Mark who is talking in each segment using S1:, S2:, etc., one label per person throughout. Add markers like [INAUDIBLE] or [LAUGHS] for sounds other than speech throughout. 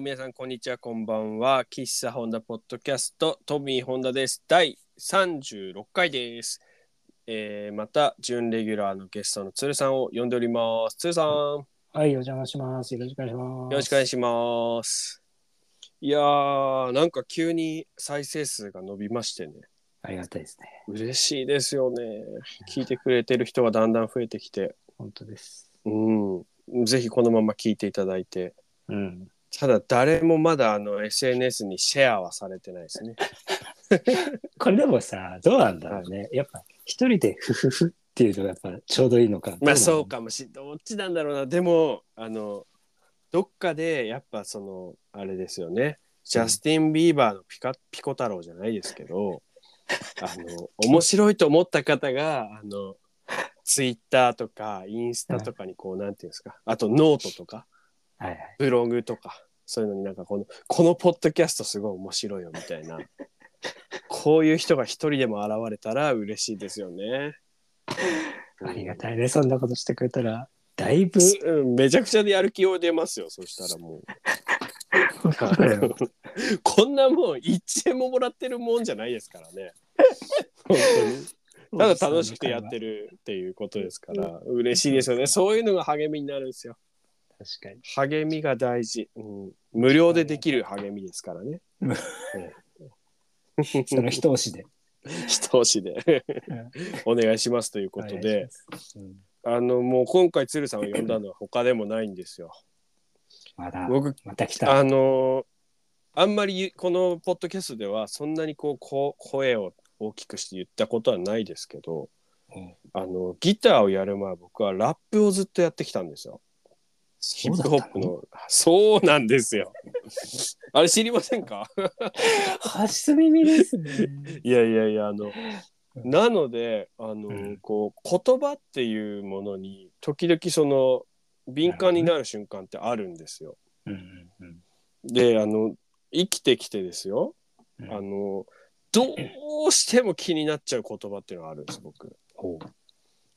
S1: 皆さん、こんにちは、こんばんは。喫茶ホンダポッドキャスト、トミー・ホンダです。第36回です。えーまた、準レギュラーのゲストの鶴さんを呼んでおります。鶴さん、よ
S2: はい、お邪魔します。よろしくお願いします。
S1: ろしくお願いします。いやー、なんか急に再生数が伸びましてね。
S2: ありがたいですね。
S1: 嬉しいですよね。聞いてくれてる人がだんだん増えてきて。
S2: 本当です。
S1: うん。ぜひこのまま聞いていただいて。
S2: うん。
S1: ただ誰もまだあの SNS にシェアはされてないですね。
S2: これでもさ、どうなんだろうね。やっぱ、一人でフフフっていうのがやっぱちょうどいいのか。
S1: まあそう。かもしれどっちなんだろうな。でも、あの、どっかでやっぱその、あれですよね。ジャスティン・ビーバーのピカピコ太郎じゃないですけ
S2: [LAUGHS]
S1: ど、あの、面白いと思った方が、あの、ツイッターとかインスタとかにこう、なんていうんですか、あとノートとか、
S2: はいはい。
S1: ブログとかそういうのになんかこのこのポッドキャストすごい面白いよみたい
S2: [LAUGHS]
S1: なこういう人が一人でも現れたら嬉しいですよね。
S2: ありがたいね。そんなことしてくれたら、だいぶ、
S1: うん、めちゃくちゃでやる気を出ますよそしたらもう [LAUGHS] こんなもん1円ももらってるもんじゃないですからね本当にただ楽しくてやって
S2: る。
S1: るっていうことですから嬉しいですよねそういうのが励みになるんですよ
S2: 確かに。
S1: 励みが大事、うん、無料でできる励みですからね
S2: うん [LAUGHS]
S1: ええ
S2: その一押しで。
S1: 一押しでお願いしますということ
S2: お願
S1: で
S2: いします。うん
S1: あのもう今回鶴さんを呼んだのは他でもないんですよ。
S2: まだ、
S1: 僕
S2: また来た。
S1: あのあんまりゆこのポッドキャストではそんなにこうこう声を大きくして言ったことはないですけど
S2: うん
S1: あのギターをやる前僕はラップをずっとやってきたんですよ。ヒッ
S2: そうだ
S1: プ
S2: っ
S1: ホ
S2: たの
S1: ップのそうなんですよ。 [LAUGHS] あれ知りませんか
S2: 初耳ですね。
S1: いやいやいやあの
S2: うん
S1: なのであの、
S2: ん
S1: こう言葉っていうものに時々その敏感になる瞬間ってあるんですよ。
S2: [LAUGHS] うんうん
S1: であの生きてきてですよ
S2: う
S1: あ
S2: ん。
S1: のどうしても気になっちゃう言葉っていうのがあるんです僕。
S2: ほ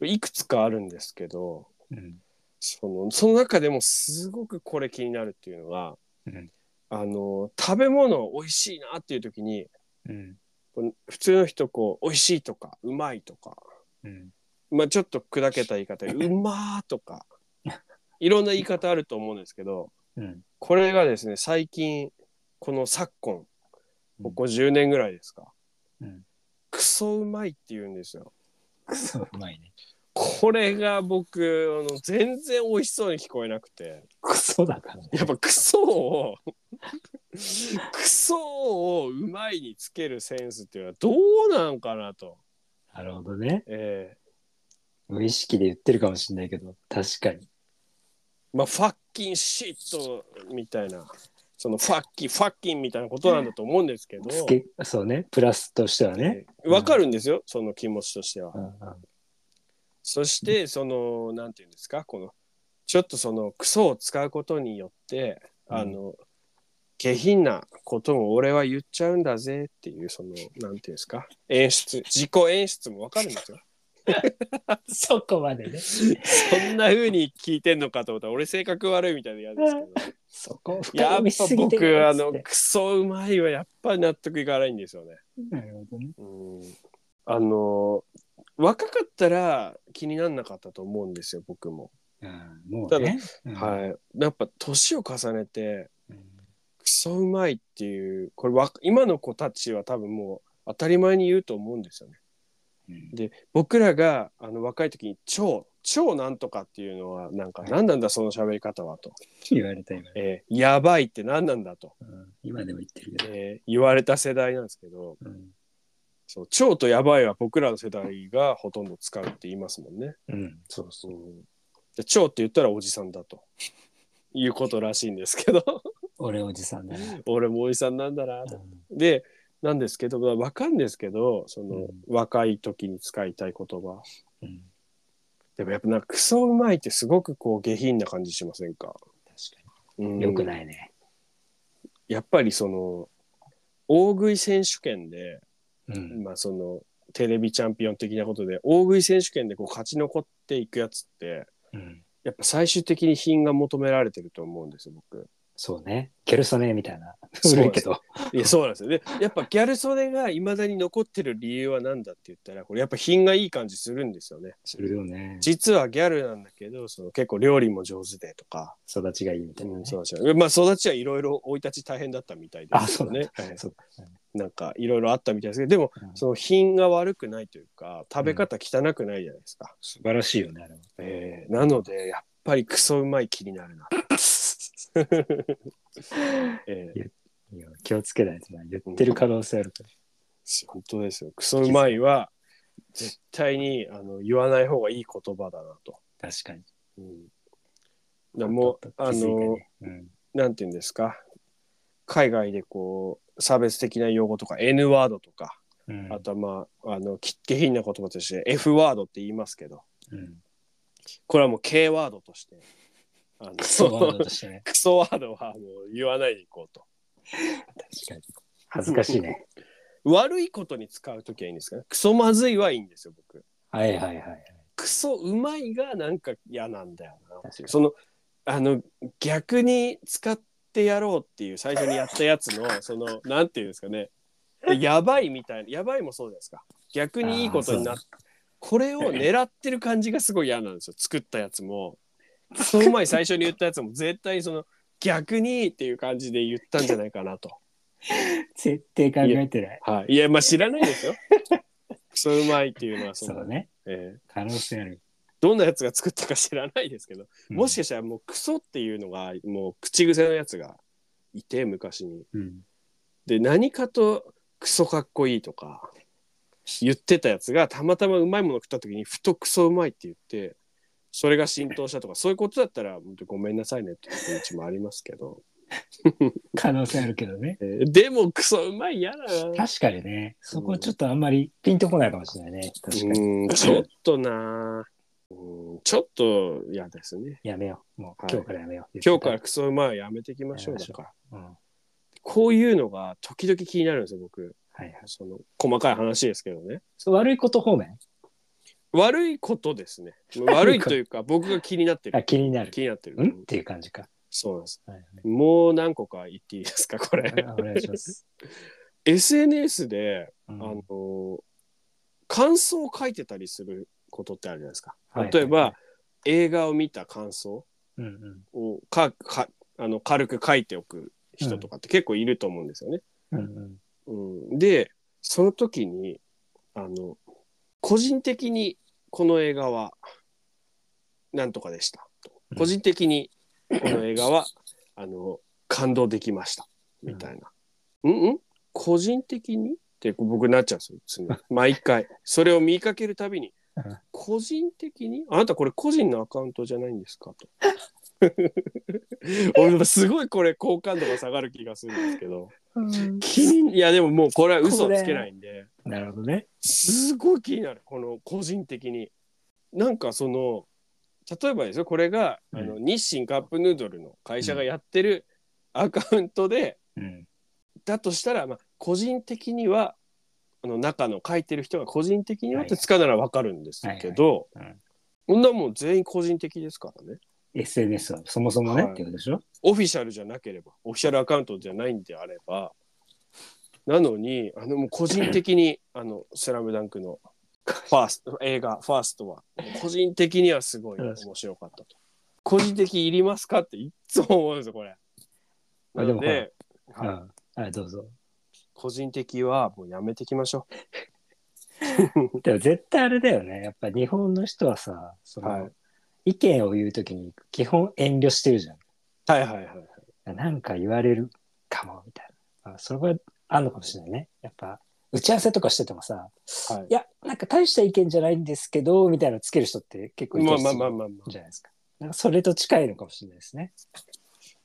S1: いくつかあるんですけど
S2: う。うん。
S1: そのその中でもすごくこれ気になるっていうのが、
S2: うん
S1: あの食べ物美味しいなっていう時に
S2: うん。
S1: こう普通の人こう美味しいとかうまいとか
S2: うん。
S1: まあ、ちょっと砕けた言い方
S2: [LAUGHS]
S1: で「うまー」とかいろんな言い方あると思うんですけど
S2: うん。
S1: これがですね最近この昨今ここ10年ぐらいですか、
S2: うん
S1: クソうまいって言うんですよ。
S2: くそうまいね。
S1: これが僕あの全然美味しそうに聞こえなくて
S2: クソだからね。
S1: やっぱクソ
S2: [LAUGHS]
S1: をクソをうまいにつけるセンスっていうのはどうなんかなと。
S2: なるほどね。
S1: えー
S2: 無意識で言ってるかもしれないけど、確かに。
S1: まあ、ファッキンシットみたいな、そのファッキン、ファッキンみたいなことなんだと思うんですけど、
S2: つけそうね。プラスとしてはね。
S1: えーわかるんですよ、その気持ちとしては。
S2: うんうん
S1: そして、その、なんていうんですか、この、ちょっとその、クソを使うことによって、
S2: うん
S1: あの、下品なことも俺は言っちゃうんだぜっていう、その、なんていうんですか、演出、自己演出もわかるんです
S2: [LAUGHS]
S1: よ。
S2: そこまでね。
S1: そんな風に聞いてんのかと思ったら、俺性格悪いみたいで嫌ですけど。
S2: そこ、 [LAUGHS]
S1: やっ
S2: 深み
S1: ぱ
S2: すぎてる
S1: 僕
S2: や
S1: あ
S2: つで
S1: のクソうまいはやっぱり納得いかないんですよね。
S2: なるほどね。
S1: うん、あの若かったら気になんなかったと思うんですよ僕も。
S2: うんもうね。うん
S1: はい。やっぱ年を重ねて
S2: うん
S1: クソうまいっていうこれわ今の子たちは多分もう当たり前に言うと思うんですよね。
S2: うん
S1: で僕らがあの若い時に超超なんとかっていうのはなんか
S2: はい
S1: 何なんだその喋り方はと、
S2: 言われた今。
S1: えーやばいって何なんだと、
S2: うん今でも言ってるけど。
S1: えー言われた世代なんですけど。
S2: うん
S1: そう超とやばいは僕らの世代がほとんど使うって言いますもんね。
S2: うん。そうそう。
S1: で超って言ったらおじさんだということらしいんですけど [LAUGHS]
S2: 俺おじさんだな。
S1: 俺もおじさんなんだな
S2: う
S1: と。
S2: ん
S1: でなんですけどまあわかるんですけどその、
S2: うん
S1: 若い時に使いたい言葉
S2: うん
S1: でもやっぱなんかクソうまいってすごくこう下品な感じしませんか、
S2: 確か
S1: うん
S2: に。よくないね。
S1: やっぱりその大食い選手権で、
S2: うん
S1: まあ、そのテレビチャンピオン的なことで大食い選手権でこう勝ち残っていくやつって
S2: うん
S1: やっぱ最終的に品が求められてると思うんですよ僕
S2: そうね。ケルソネみたいな。
S1: そう
S2: 古いけど。
S1: いやそうなんですよでやっぱギャル曽根がいまだに残ってる理由は何だって言ったらこれやっぱ品がいい感じするんですよね
S2: するよね。
S1: 実はギャルなんだけどその結構料理も上手でとか、
S2: 育ちがいいみたいなね。
S1: そうなんですよまあ育ちはいろいろ生い立ち大変だったみたいで
S2: あ、
S1: す
S2: そう
S1: よ
S2: だね
S1: ね。はい
S2: そう
S1: なんかいろいろあったみたいですけどでも
S2: うん
S1: その品が悪くないというか食べ方汚くないじゃないですか、
S2: 素晴らしいよね、あれは。
S1: えーなのでやっぱりクソうまい気になる
S2: [LAUGHS]
S1: な、 [LAUGHS] えー
S2: いや気をつけないとな。言ってる可能性あるから。
S1: 本当ですよクソうまいは絶対にあの言わない方がいい言葉だなと、
S2: 確かに。
S1: うん、だからもうあの
S2: うん、
S1: なんて言うんですか海外でこう差別的な用語とか N ワードとか
S2: うん
S1: あとはまああの切って品な言葉として F ワードって言いますけど
S2: うん、
S1: これはもう K ワードとしてあの
S2: クソワードとしてね。
S1: [LAUGHS] クソワードはもう言わないでいこうと
S2: 確かに。恥ずかしいね。
S1: 悪いことに使う時はいいんですかねクソまずいはいいんですよ僕
S2: はいはいはい。
S1: クソうまいがなんか嫌なんだよな
S2: 確かに
S1: そのあの逆に使ってやろうっていう最初にやったやつの
S2: [LAUGHS]
S1: そのなんていうんですかねやばいみたいなやばいもそうじゃないですか逆にいいことにな
S2: あ
S1: っこれを狙ってる感じがすごい嫌なんですよ作ったやつも
S2: [LAUGHS]
S1: クソうまい最初に言ったやつも絶対その逆にっていう感じで言ったんじゃないかなと
S2: 絶対考えてない。
S1: はい、いや、まあ、知らない
S2: [LAUGHS]
S1: ですよ。クソうまいっていうのはそ
S2: そ
S1: の
S2: うね。
S1: ええ
S2: 可能性ある。
S1: どんなやつが作ったか知らないですけど、もしか
S2: し
S1: したらもうクソっていうのが、もう口癖のやつがいて、昔に。
S2: うん、
S1: で、何かとクソかっこいいとか言ってたやつが、たまたまうまいもの食った時に、ふとクソうまいって言って、それが浸透したとか、そういうことだったら、本当ごめんなさいねっていう気持ちもありますけど、
S2: 可能性あるけどね。
S1: ええでもクソうまい嫌だな。
S2: 確かにね、そこちょっとあんまりピンとこないかもしれないね。確かに。
S1: うーんちょっとなーうーんちょっと嫌ですね
S2: やめよう。もう
S1: はい
S2: 今日からやめよう。
S1: 今日からクソうまいはやめていきましょう
S2: やめま
S1: だ
S2: しょう
S1: から
S2: うん。は
S1: こういうのが時々気になるんですよ僕
S2: いはい。
S1: その細かい話ですけどね
S2: そう悪いこと方面
S1: 悪いことですね悪いというか僕が気になって
S2: あ
S1: る
S2: 気になる。
S1: 気になってる、
S2: うんっていう感じか。
S1: そうなんです
S2: はいはい
S1: もう何個か言っていいですかこれ
S2: あお願いします。
S1: SNS で、
S2: うん
S1: あのー感想を書いてたりすることってあるじゃないですか
S2: はい
S1: 例えば、
S2: はいは
S1: 映画を見た感想、
S2: うんうん
S1: をかかあの軽く書いておく人とかって結構いると思うんですよね。
S2: うんうん
S1: うんでその時にあの個人的にこの映画はなんとかでしたと
S2: うん
S1: 個人的にこの映画はあの感動できましたみたいな。うん、うん個人的にって僕なっちゃうんですよ常に毎回それを見かけるたびに
S2: うん
S1: 「個人的にあなたこれ個人のアカウントじゃないんですか?」と。 [LAUGHS] 俺もすごいこれ好感度が下がる気がするんですけど
S2: うん
S1: 気にいやでももうこれは嘘をつけないんで
S2: なるほどね。
S1: すごい気になるこの個人的になんかその例えばですよこれが、あの日清カップヌードルの会社がやってるアカウントで、
S2: うん。
S1: だとしたら、まあ、個人的にはあの中の書いてる人が個人的にはっ
S2: は
S1: て
S2: い
S1: 使うならわかるんですけど、
S2: はいはいうん
S1: こんなもん全員個人的ですからね
S2: SNS はそもそもね、
S1: はい
S2: っていうことでしょ
S1: オフィシャルじゃなければオフィシャルアカウントじゃないんであればなのにあのもう個人的に「あのスラムダンクのファースト映画「ファーストは個人的にはすごい面白かったと個人的いりますかっていっつも思うんですよこれ。
S2: あ
S1: な
S2: で
S1: の
S2: も
S1: で、
S2: う
S1: はい
S2: ん。はい、どうぞ。
S1: 個人的はもうやめていきましょ。
S2: でも絶対あれだよね。やっぱ日本の人はさ、そうの、
S1: はい
S2: 意見を言うときに基本遠慮してるじゃん。
S1: はいはいはい。
S2: なんか言われるかもみたいな。あそれはあるのかもしれないね。やっぱ打ち合わせとかしててもさ、
S1: はい
S2: いや、なんか大した意見じゃないんですけど、みたいなのつける人って結構い
S1: ま
S2: た
S1: あ
S2: り
S1: ますあ
S2: る
S1: まあまあまあ。
S2: じゃないですか。なんかそれと近いのかもしれないですね。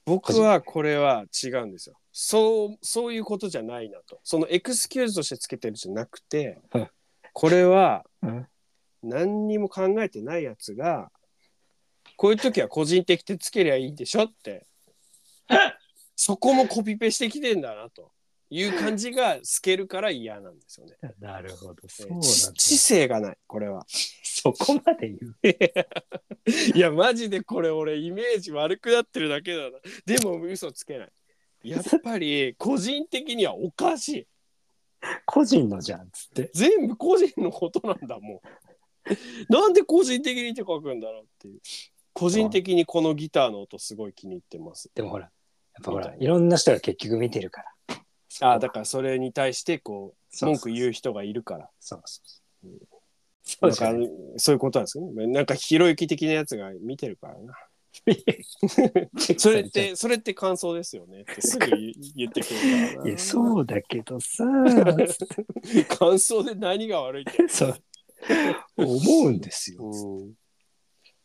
S1: 僕はこれは違うんですよ。そう、そういうことじゃないなと。そのエクスキューズとしてつけてるんじゃなくて
S2: はい、
S1: これは
S2: うん、
S1: 何にも考えてないやつが、こういう時は個人的ってつけりゃいいんでしょ [LAUGHS] って。そこもコピペしてきてんだなという感じが透けるから嫌なんですよね。
S2: なるほど。そう
S1: え
S2: なん
S1: ー知
S2: だ。
S1: 知性がない、これは。
S2: そこまで言う。
S1: いやマジでこれ俺イメージ悪くなってるだけだなでも嘘つけないやっぱり個人的にはおかしい
S2: 個人のじゃんっつって。
S1: 全部個人のことなんだもん [LAUGHS] なんで個人的にって書くんだろうっていう個人的にこのギターの音すごい気に入ってます
S2: でもほら、やっぱほ
S1: み
S2: ら
S1: た、い
S2: いろんな人が結局見てるから。
S1: あーだからそれに対してこう
S2: そう
S1: 文句言う人がいるから
S2: そうそうそう。そう
S1: だ
S2: じ
S1: か
S2: ゃ
S1: ら
S2: ん。
S1: そういうことなんですよねなんかひろゆき的なやつが見てるからなそれっ。てそれって感想ですよねってすぐ言言ってくるから
S2: [LAUGHS] い
S1: な
S2: や、そうだけどさ、
S1: [LAUGHS] 感想で何が悪いって、
S2: そう。思うんですよ。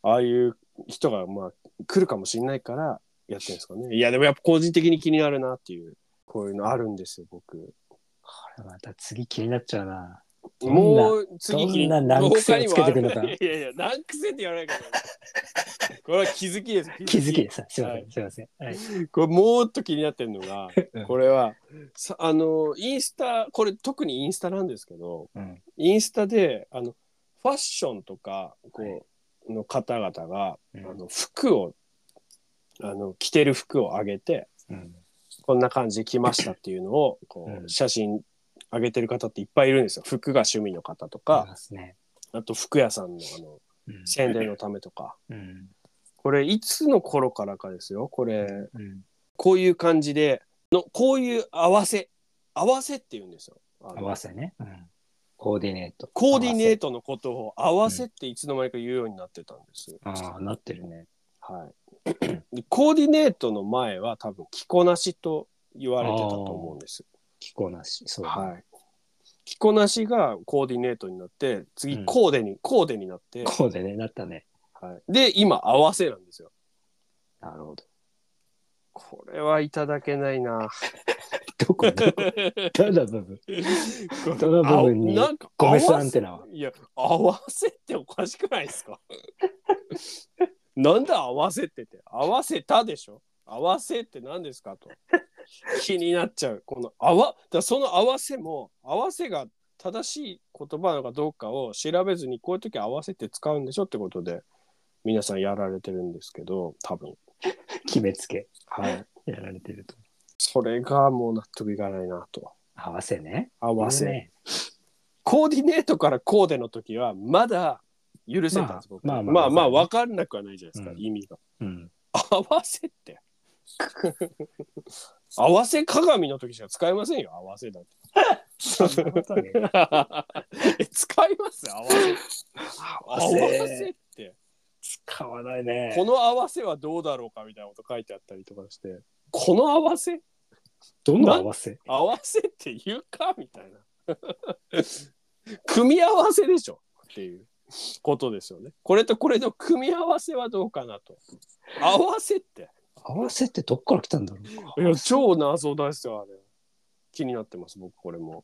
S1: ああいう人がまあ来るかもしれないからやってるんですかねいやでもやっぱ個人的に気になるなっていうこういうのあるんですよ僕
S2: これまた次気になっちゃうな。どんな
S1: もう次
S2: どんな難癖をつけてくの
S1: る
S2: か
S1: いやいやいや難癖って言わないからこれは気づきです
S2: 気づきです。すいま
S1: は
S2: せ
S1: い
S2: ん。すいません。はい。
S1: これもっと気になってるのが
S2: うん
S1: これはさあのインスタこれ特にインスタなんですけど、
S2: うん
S1: インスタであのファッションとかこ
S2: は
S1: う、の方々が、
S2: うん
S1: あの服をあの着てる服を上げて
S2: うん
S1: こんな感じで着ましたっていうのをこう、
S2: うん
S1: 写真上げてる方っていっぱいいるんですよ服が趣味の方と
S2: い
S1: か、
S2: ますね。
S1: あと服屋さんのあの
S2: うん
S1: 宣伝のためとか
S2: うん。
S1: これいつの頃からかですよこれ
S2: うん。
S1: こういう感じでのこういう合わせ合わせって言うんですよ。あの
S2: 合わせね。うん。コーディネート。
S1: コーディネートのことを合わせっていつの間にか言うようになってたんです。
S2: 合わせ。ああ、なってるね。
S1: はい。でコーディネートの前は多分着こなしと言われてたと思うんです。
S2: 着こなし。そうだね。
S1: はい。着こなしがコーディネートになって、
S2: う
S1: 次
S2: ん
S1: コーデに、コーデになって、
S2: コーデね、なったね。
S1: はい、で、今合わせなんですよ。
S2: なるほど。
S1: これはいただけない
S2: [LAUGHS]
S1: な。
S2: ど [LAUGHS] こどこどの部分どの部分に
S1: あなんか
S2: ゴメス
S1: 合わ
S2: ア
S1: せ
S2: ンテナはい
S1: や、合わせっておかしくないです [LAUGHS] かなんだ合わせってって。合わせたでしょ合わせって何ですかと。気になっちゃう。この合わ、だからその合わせも、合わせが正しい言葉なのかどうかを調べずに、こういう時合わせって使うんでしょってことで、皆さんやられてるんですけど、多分。
S2: 決めつけ。
S1: はい。
S2: やられてると。
S1: それがもう納得いかないなと。
S2: 合わせね。
S1: 合わせ。
S2: ね。
S1: コーディネートからコーデの時はまだ許せたんです、
S2: まあ
S1: 僕ま
S2: ま
S1: あ
S2: あ
S1: ま
S2: ま
S1: あ、
S2: あ
S1: 分かんなくはないじゃないですか、
S2: うん
S1: 意味が。
S2: うん。
S1: 合わせって。 [LAUGHS] 合わせ鏡の時しか使えませんよ、合わせだ [LAUGHS] って。
S2: そんなことね
S1: え使います合わせ。合わせって。
S2: [LAUGHS] 使わないね。
S1: この合わせはどうだろうかみたいなこと書いてあったりとかして、この合わせ
S2: どの合わせ
S1: [LAUGHS] 合わせって言うかみたいな。
S2: [LAUGHS]
S1: 組み合わせでしょっていうことですよね。これとこれの組み合わせはどうかなと。合わせって。
S2: 合わせってどっから来たんだろう
S1: いや、超謎ですよ、あれ。気になってます、僕、これも。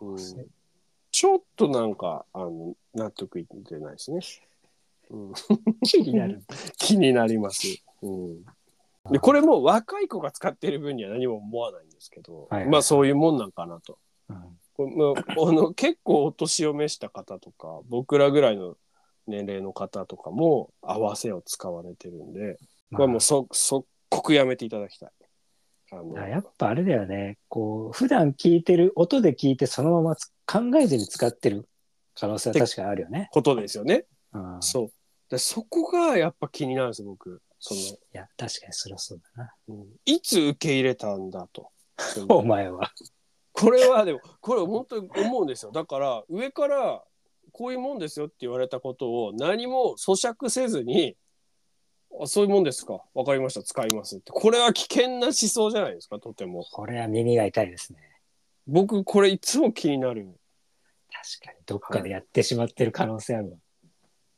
S1: うん
S2: せ
S1: ちょっとなんか、あの、納得いってないですね。うん、
S2: 気になる。
S1: 気になります。うんでこれも若い子が使ってる分には何も思わないんですけど、
S2: はいはい
S1: まあそういうもんなんかなと
S2: うん
S1: このあの結構お年を召した方とか僕らぐらいの年齢の方とかも合わせを使われてるんでこれはもうそ即刻やめていただきたい。あの
S2: まあやっぱあれだよね。こう、普段聞いてる、音で聞いてそのままつ考えずに使ってる可能性は確かにあるよね。
S1: ことですよね。
S2: うん。
S1: そうでそこがやっぱ気になるんです僕そ
S2: いや、確かにそりゃそうだな。
S1: の、うんいつ受け入れたんだと。その
S2: お前は。
S1: これはでもこれ本当に思うんですよだから上からこういうもんですよって言われたことを何も咀嚼せずにあそういうもんですかわかりました使いますってこれは危険な思想じゃないですかとても
S2: これは耳が痛いですね。
S1: 僕これいつも気になる
S2: 確かに、どっかでやってしまってる可能性あるわ。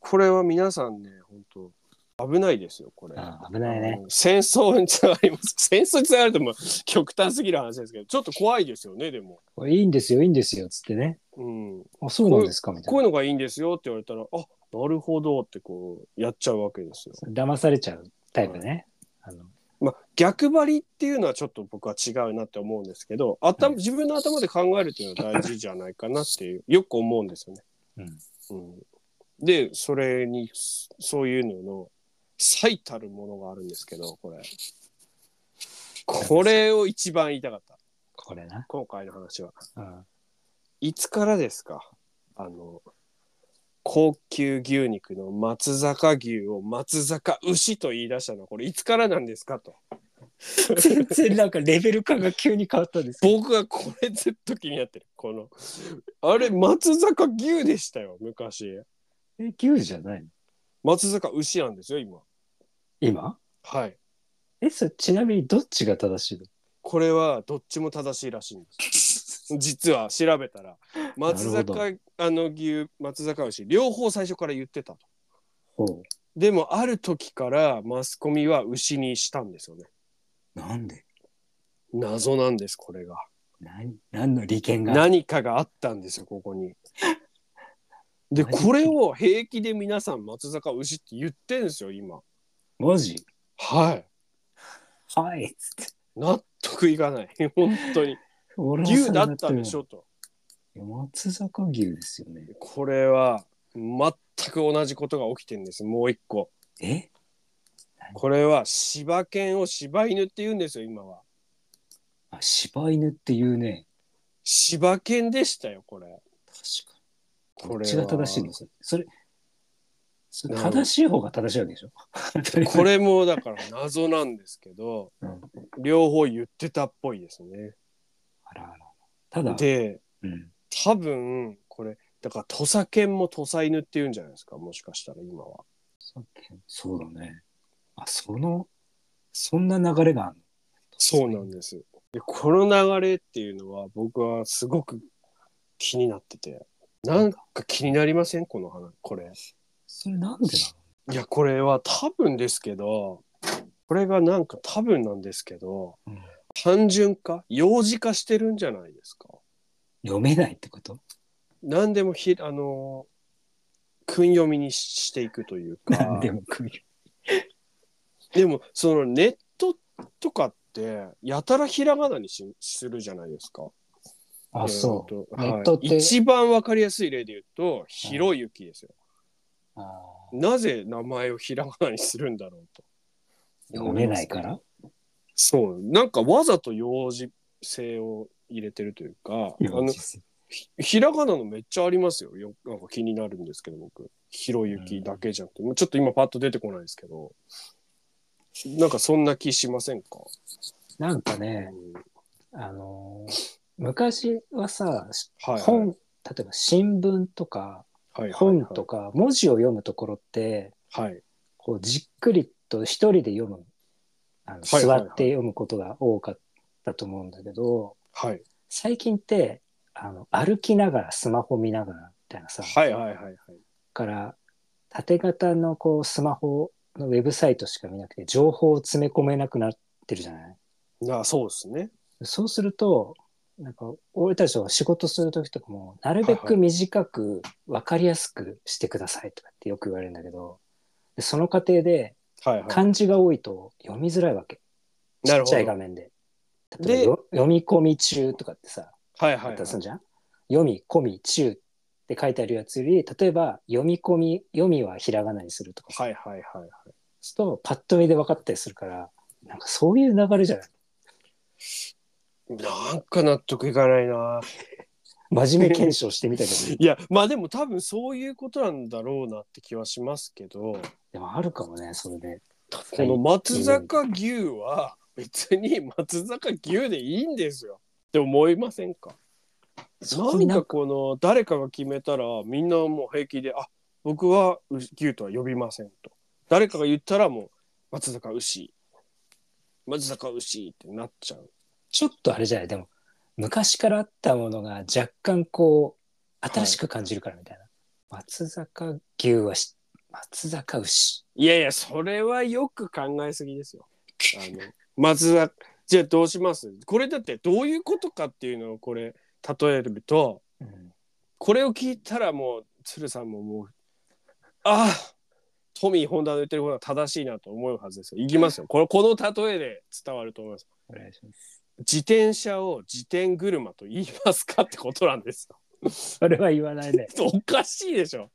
S1: これは皆さんね本当危ないですよこれ
S2: あ危ないね
S1: うん戦争につながります戦争につながるともう極端すぎる話ですけどちょっと怖いですよねでも
S2: これいいんですよ、いいんですよ、つってね。
S1: うん
S2: あ、そうなんですか、みたい
S1: こう
S2: な
S1: いう。のがいいんですよって言われたらあなるほどってこうやっちゃうわけですよ
S2: 騙されちゃうタイプね。あの
S1: まあ、逆張りっていうのはちょっと僕は違うなって思うんですけど頭
S2: うん
S1: 自分の頭で考えるっていうのは大事じゃないかなっていうよく思うんですよね。
S2: うん
S1: うん、でそれにそそういうのの最たるものがあるんですけどこれこれを一番言いたかった
S2: これな。
S1: 今回の話は
S2: うん。
S1: いつからですかあの高級牛肉の松坂牛を松坂牛と言い出したのはこれいつからなんですかと
S2: [LAUGHS] 全然なんかレベル感が急に変わったんですけど。
S1: 僕はこれずっと気になってるこのあれ松坂牛でしたよ昔
S2: [LAUGHS] え、牛じゃないの
S1: 松坂牛なんですよ今
S2: 今
S1: はい
S2: え、それちなみにどっちが正しいの
S1: これはどっちも正しいらしいんです。実は調べたら松
S2: なるほど
S1: 坂あの牛松坂牛両方最初から言ってたと。
S2: ほ
S1: でもある時からマスコミは牛にしたんですよね。
S2: う。なんで
S1: 謎なんですこれが。
S2: 何何の利権が
S1: 何かがあったんですよここ
S2: [LAUGHS]
S1: に。で
S2: 何
S1: これを平気で皆さん松坂牛って言ってんですよ今。
S2: 文字
S1: はい。
S2: はい。つって。
S1: 納得いかない [LAUGHS] 本当
S2: [LAUGHS]
S1: に
S2: 俺も
S1: 牛だったんでし
S2: ょ
S1: ょと。
S2: 松坂牛ですよね。
S1: これは全く同じことが起きてるんですもう一個。
S2: え
S1: これは柴犬を柴犬って言うんですよ今は
S2: あ、柴犬っていうね。
S1: 柴犬でしたよこれ
S2: 確かに。
S1: こ
S2: こ
S1: れは
S2: っちが正しいのそれ。それ、それ
S1: なるほど
S2: 正しい方が正しいわけでしょ
S1: [LAUGHS] これもだから謎なんですけど、
S2: うん
S1: 両方言ってたっぽいですね
S2: あらあら。ただ、
S1: で
S2: うん、
S1: 多分これだから土佐犬も土佐犬って言うんじゃないですかもしかしたら今は
S2: さっきのそうだね。あ、その、そんな流れがあるの
S1: そうなんですでこの流れっていうのは僕はすごく気になっててなんか気になりませんこの話これ
S2: それなんでない
S1: やこれは多分ですけどこれがなんか多分なんですけど、
S2: うん
S1: 単純化幼児化してるんじゃないですか
S2: の読めないってこと
S1: 何でもひあの訓読みにししていくという
S2: なん
S1: か
S2: でも来る。
S1: でもそのネットとかってやたらひらがなにしするじゃないですか。
S2: あ、そう。
S1: う
S2: ネットって
S1: 一番わかりやすい例で言うと「ひろゆき」ですよ。
S2: あ
S1: なぜ名前をひらがなにするんだろうと。
S2: ー読めないから
S1: そう、なんかわざと幼児性を入れてるというか、あ
S2: 幼
S1: の
S2: 稚園
S1: ひひらがなのめっちゃありますよ。よなんか気になるんですけど、僕。ひろゆきだけじゃなくて、もうちょっと今パッと出てこないですけど、なんかそんな気しませんか、
S2: なんか
S1: うん、
S2: ね、あのー昔はさ、
S1: はい、
S2: 本、例えば新聞とか、
S1: はい、
S2: 本とか、文字を読むところって、
S1: か。はい。
S2: こうじっくりと一人で読むあの
S1: はいはい
S2: 座
S1: はい
S2: って読むことが多かったと思うんだけど、
S1: はい。
S2: 最近ってあの歩きながらスマホ見ながらみたいなさ、
S1: はいはいはいはい。
S2: から縦型のこうスマホのウェブサイトしか見なくて情報を詰め込めなくなってるじゃない
S1: なそうですね。
S2: そうするとなんか俺たちは仕事する時とかもなる
S1: は
S2: べ
S1: いは
S2: く短く分かりやすくしてくださいとかってよく言われるんだけどでその過程で
S1: はいは
S2: 漢字が多いと読みづらいわけ。
S1: い。な
S2: ち
S1: る
S2: っ
S1: ほ
S2: ちゃい
S1: ど。
S2: 画面で。例
S1: で
S2: えばよ読み込み中とかってさ、
S1: はい
S2: あ
S1: は
S2: っ
S1: い、
S2: た
S1: は
S2: りする
S1: い。
S2: じゃん、読み込み中って書いてあるやつより、例えば読み込み、読みはひらがなにするとかさ、
S1: はいはいはい。
S2: するとパッと見で分かったりするから、なんかそういう流れじゃない
S1: なんか納得いかないな。
S2: 真面目検証してみたけ
S1: [LAUGHS]
S2: ど、
S1: いや、まあでも多分そういうことなんだろうなって気はしますけど。
S2: でもあるかもね、それで。
S1: この松坂牛は別に松坂牛でいいんですよって思いませんか
S2: そ
S1: な
S2: こに
S1: ん
S2: なん
S1: か
S2: か
S1: この誰かが決めたらみんなもう平気で「あ僕は牛とは呼びません」と誰かが言ったらもう「松坂牛松坂牛」ってなっちゃう
S2: ちょっとあれじゃない、でも昔からあったものが若干こう、新しく感じるからみたいな。松坂牛はし、松坂牛。
S1: いやいやそれはよく考えすぎですよあの [LAUGHS] 松坂じゃあどうしますこれだってどういうことかっていうのをこれ例えると、
S2: うん
S1: これを聞いたらもう鶴さんももうああトミー・ホンダの言ってることは正しいなと思うはずですよ。いきますよ。これこの例えで伝わると思います。
S2: お願いします。
S1: 自転車を自転車と言いますかってことなんですよ。
S2: それは言わないね。
S1: おかしいでしょ。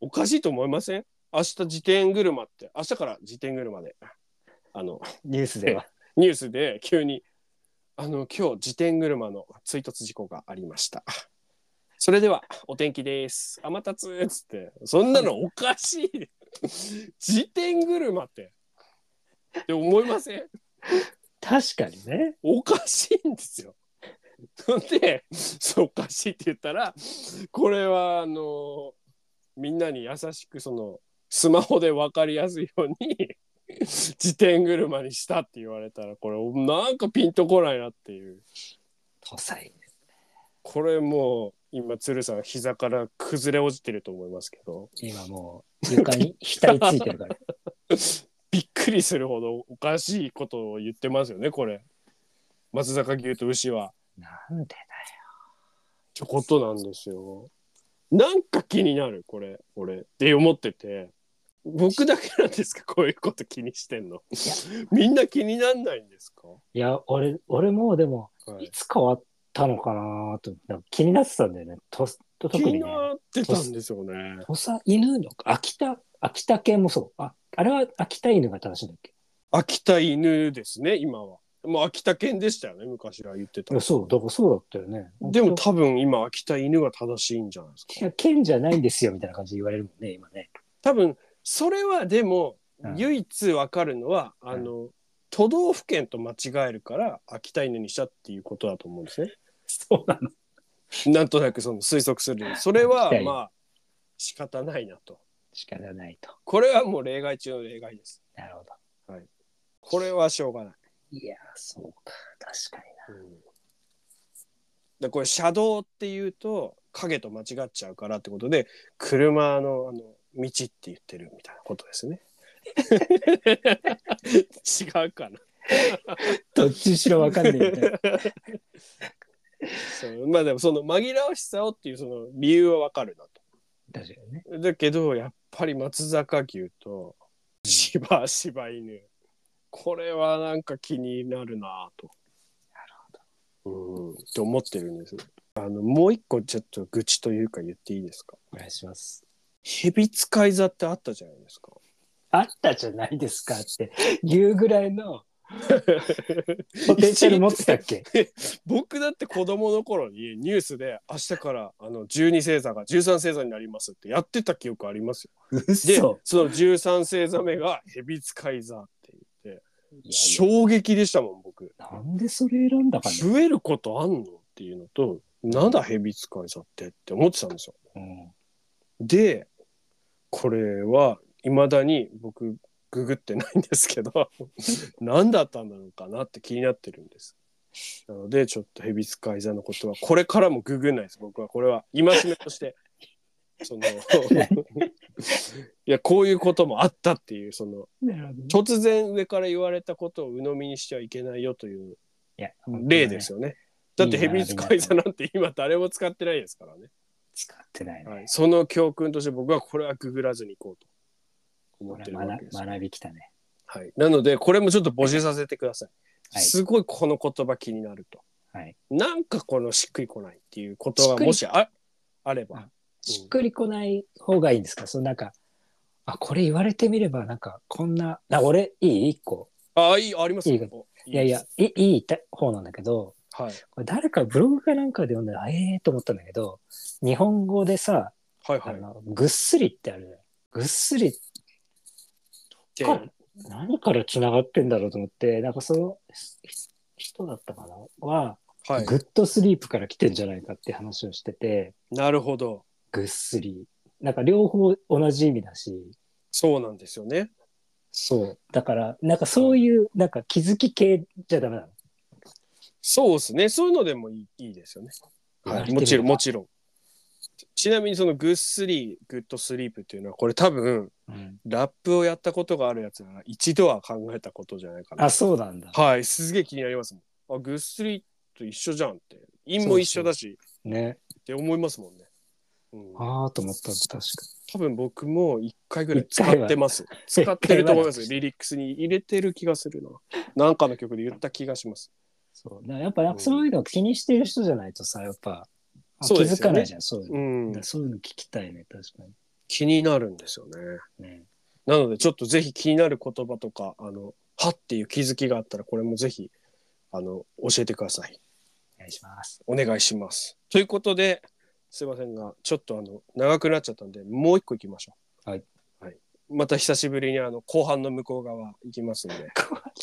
S1: おかしいと思いません明日自転車って明日から自転車であの
S2: ニュースでは。
S1: ニュースで急にあの今日自転車の追突事故がありましたそれではお天気です天達っつってそんなのおかしい自転車ってって思いません
S2: 確かにね。
S1: おかしいんですよ。でそうおかしいって言ったらこれはあのみんなに優しくそのスマホで分かりやすいように自転車にしたって言われたらこれなんかピンとこないなっていう
S2: 土佐
S1: これもう今鶴さん膝から崩れ落ちてると思いますけど
S2: 今もう床に額ついてるから。
S1: びっくりするほどおかしいことを言ってますよねこれ松坂牛と牛は。
S2: [LAUGHS] なんで
S1: ってことなんですよ。なんか気になるこれ俺って思ってて僕だけなんですかこういうこと気にしてんのみんな気になんないんですか、
S2: いや、俺、俺もでも、
S1: はい
S2: いつ変わったのかなと、なんか気になってたんだよね。と特
S1: 気に
S2: にね、
S1: なってたんですよね。
S2: 土佐犬の、秋田、秋田犬もそう。あ、あれは秋田犬が正しいんだっけ
S1: 秋田犬ですね今は。もう秋田犬でしたよね昔は言ってた
S2: いや、。そう、だからそうだったよね。
S1: でも多分今秋田犬が正しいんじゃないですか。
S2: いや、剣じゃないんですよ、みたいな感じで言われるもんね、今ね。
S1: 多分それはでも
S2: うん
S1: 唯一わかるのは、あの都道府県と間違えるから秋田犬にしたっていうことだと思うんですね。
S2: そうなの。
S1: なんとなくその推測するにそれは
S2: 期待
S1: まあ仕方ないなと
S2: 仕方ないと。
S1: これはもう例外中の例外です
S2: なるほど。
S1: これはしょうがない、
S2: いや、そうか。確かにな。
S1: でこれ車道っていうと影と間違っちゃうからってことで車のあの道って言ってるみたいなことですね違うかな
S2: どっちにしろわかんね
S1: [LAUGHS]
S2: えみたいな。
S1: そうまあでもその紛らわしさをっていうその理由はわかるな
S2: 確かにね。
S1: とだけどやっぱり松坂牛と芝柴犬これはなんか気になるなぁと
S2: なるほど。
S1: うん、と思ってるんです。あの、もう一個ちょっと愚痴というか言っていいですか
S2: お願いします。
S1: 蛇使い座ってあったじゃないですか。
S2: あったじゃないですかって言うぐらいのポテンシャル持ってたっけ
S1: 僕だって子供の頃にニュースで明日からあの12星座が13星座になりますってやってた記憶ありますよ。で、
S2: 嘘
S1: その13星座目が蛇使い座って言って、
S2: いやいや
S1: 衝撃でしたもん、僕。
S2: なんでそれ選んだかね、
S1: 増えることあんのっていうのと、なんだ蛇使い座ってって思ってたんですよ。
S2: うん
S1: でこれはいまだに僕ググってないんですけ
S2: [LAUGHS]
S1: ど何だったんだろうかなって気になってるんですなのでちょっとヘビ使い座のことはこれからもググんないです僕はこれは戒めとして [LAUGHS] そのいやこういうこともあったっていうその
S2: なるほどね
S1: 突然上から言われたことを鵜呑みにしちゃいけないよという
S2: いや
S1: 例です
S2: よ。
S1: よねだってヘビ使い座なんて今誰も使ってないですからね
S2: 使ってないね。
S1: はい、その教訓として僕はこれはググらずに行こうと思
S2: こ
S1: っ
S2: れ
S1: てるわけ
S2: 学
S1: です。は
S2: 学びきたね。
S1: い、なのでこれもちょっと募集させてください。
S2: はい
S1: すごいこの言葉気になると。
S2: はい
S1: なんかこのしっくりこないっていうこと
S2: しっ
S1: が
S2: くり
S1: もしああれば。
S2: しっくりこない方がいいんですかそのなんか、あ、これ言われてみれば、なんか、こんな、な俺、いい一個。
S1: ああいいあります
S2: いいか
S1: お
S2: いやいや
S1: で、
S2: いいいい方なんだけど、
S1: すはい、
S2: これ誰かブログかなんかで読んで、あええー、と思ったんだけど、日本語でさ、
S1: はい
S2: あ
S1: はい
S2: の、ぐっすりってあるじゃんぐっすり
S1: で
S2: か何からつながってんだろうと思って、なんかそのひ人だったかなは、
S1: はい
S2: グッドスリープから来てんじゃないかって話をしてて、
S1: なるほど
S2: ぐっすり。なんか両方同じ意味だし、
S1: そうなんですよね。
S2: そう。だから、なんかそういう、なんか気づき系じゃダメなの。
S1: そうですねそういうのでもいいいいですよね。は
S2: 言われ
S1: い、
S2: てみれば
S1: もちろんもちろん。ちなみにそのぐっすりグッドスリープっていうのはこれ多分ラップをやったことがあるやつなら一度は考えたことじゃないかな
S2: あ、。そうなんだ。
S1: はい、すげえ気になりますもん。あ、ぐっすりと一緒じゃんって。韻も一緒だし
S2: ね。
S1: って思いますもんね。うん、
S2: ああ、と思った、確か
S1: 多分僕も一回ぐらい
S2: 一
S1: 使
S2: 回は
S1: ってます。使ってると思いま
S2: 一回
S1: す。
S2: は
S1: リリックスに入れてる気がするな。なんかの曲で言った気がします。
S2: そう。だからやっぱ、なんかそういうのを気にしてる人じゃないとさ、やっぱ、あ
S1: そう
S2: 気
S1: ですよね
S2: づかないじゃん、そういう
S1: う
S2: の。だ
S1: ん
S2: から。そういうの聞きたいね、確かに。
S1: 気になるんですよね。
S2: ね、
S1: なのでちょっとぜひ気になる言葉とかあのはっていう気づきがあったらこれもぜひあの教えてください。
S2: お願いします。
S1: お願いします。ということですいませんがちょっとあの長くなっちゃったんでもう一個行きましょう。
S2: はい、
S1: はい、また久しぶりにあの後半の向こう側行きますんで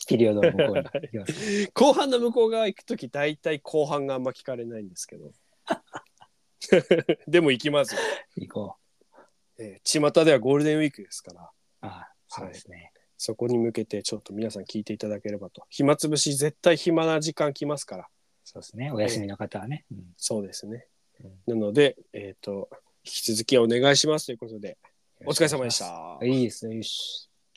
S2: ピリオドの向こうに行きます。
S1: [LAUGHS] 後半の向こう側行く時大体後半があんま聞かれないんですけど [LAUGHS] でも行きますよ、
S2: 行こ
S1: えー巷ではゴールデンウィークですから
S2: う。ああ、そうですね。
S1: そこに向けてちょっと皆さん聞いていただければと暇つぶし絶対暇な時間来ますから
S2: そうですね。お休みの方はね。うん
S1: そうですね
S2: うん、
S1: なのでえっ、と引き続きお願いしますということでお疲れ様でし。た。
S2: いいですね。よし。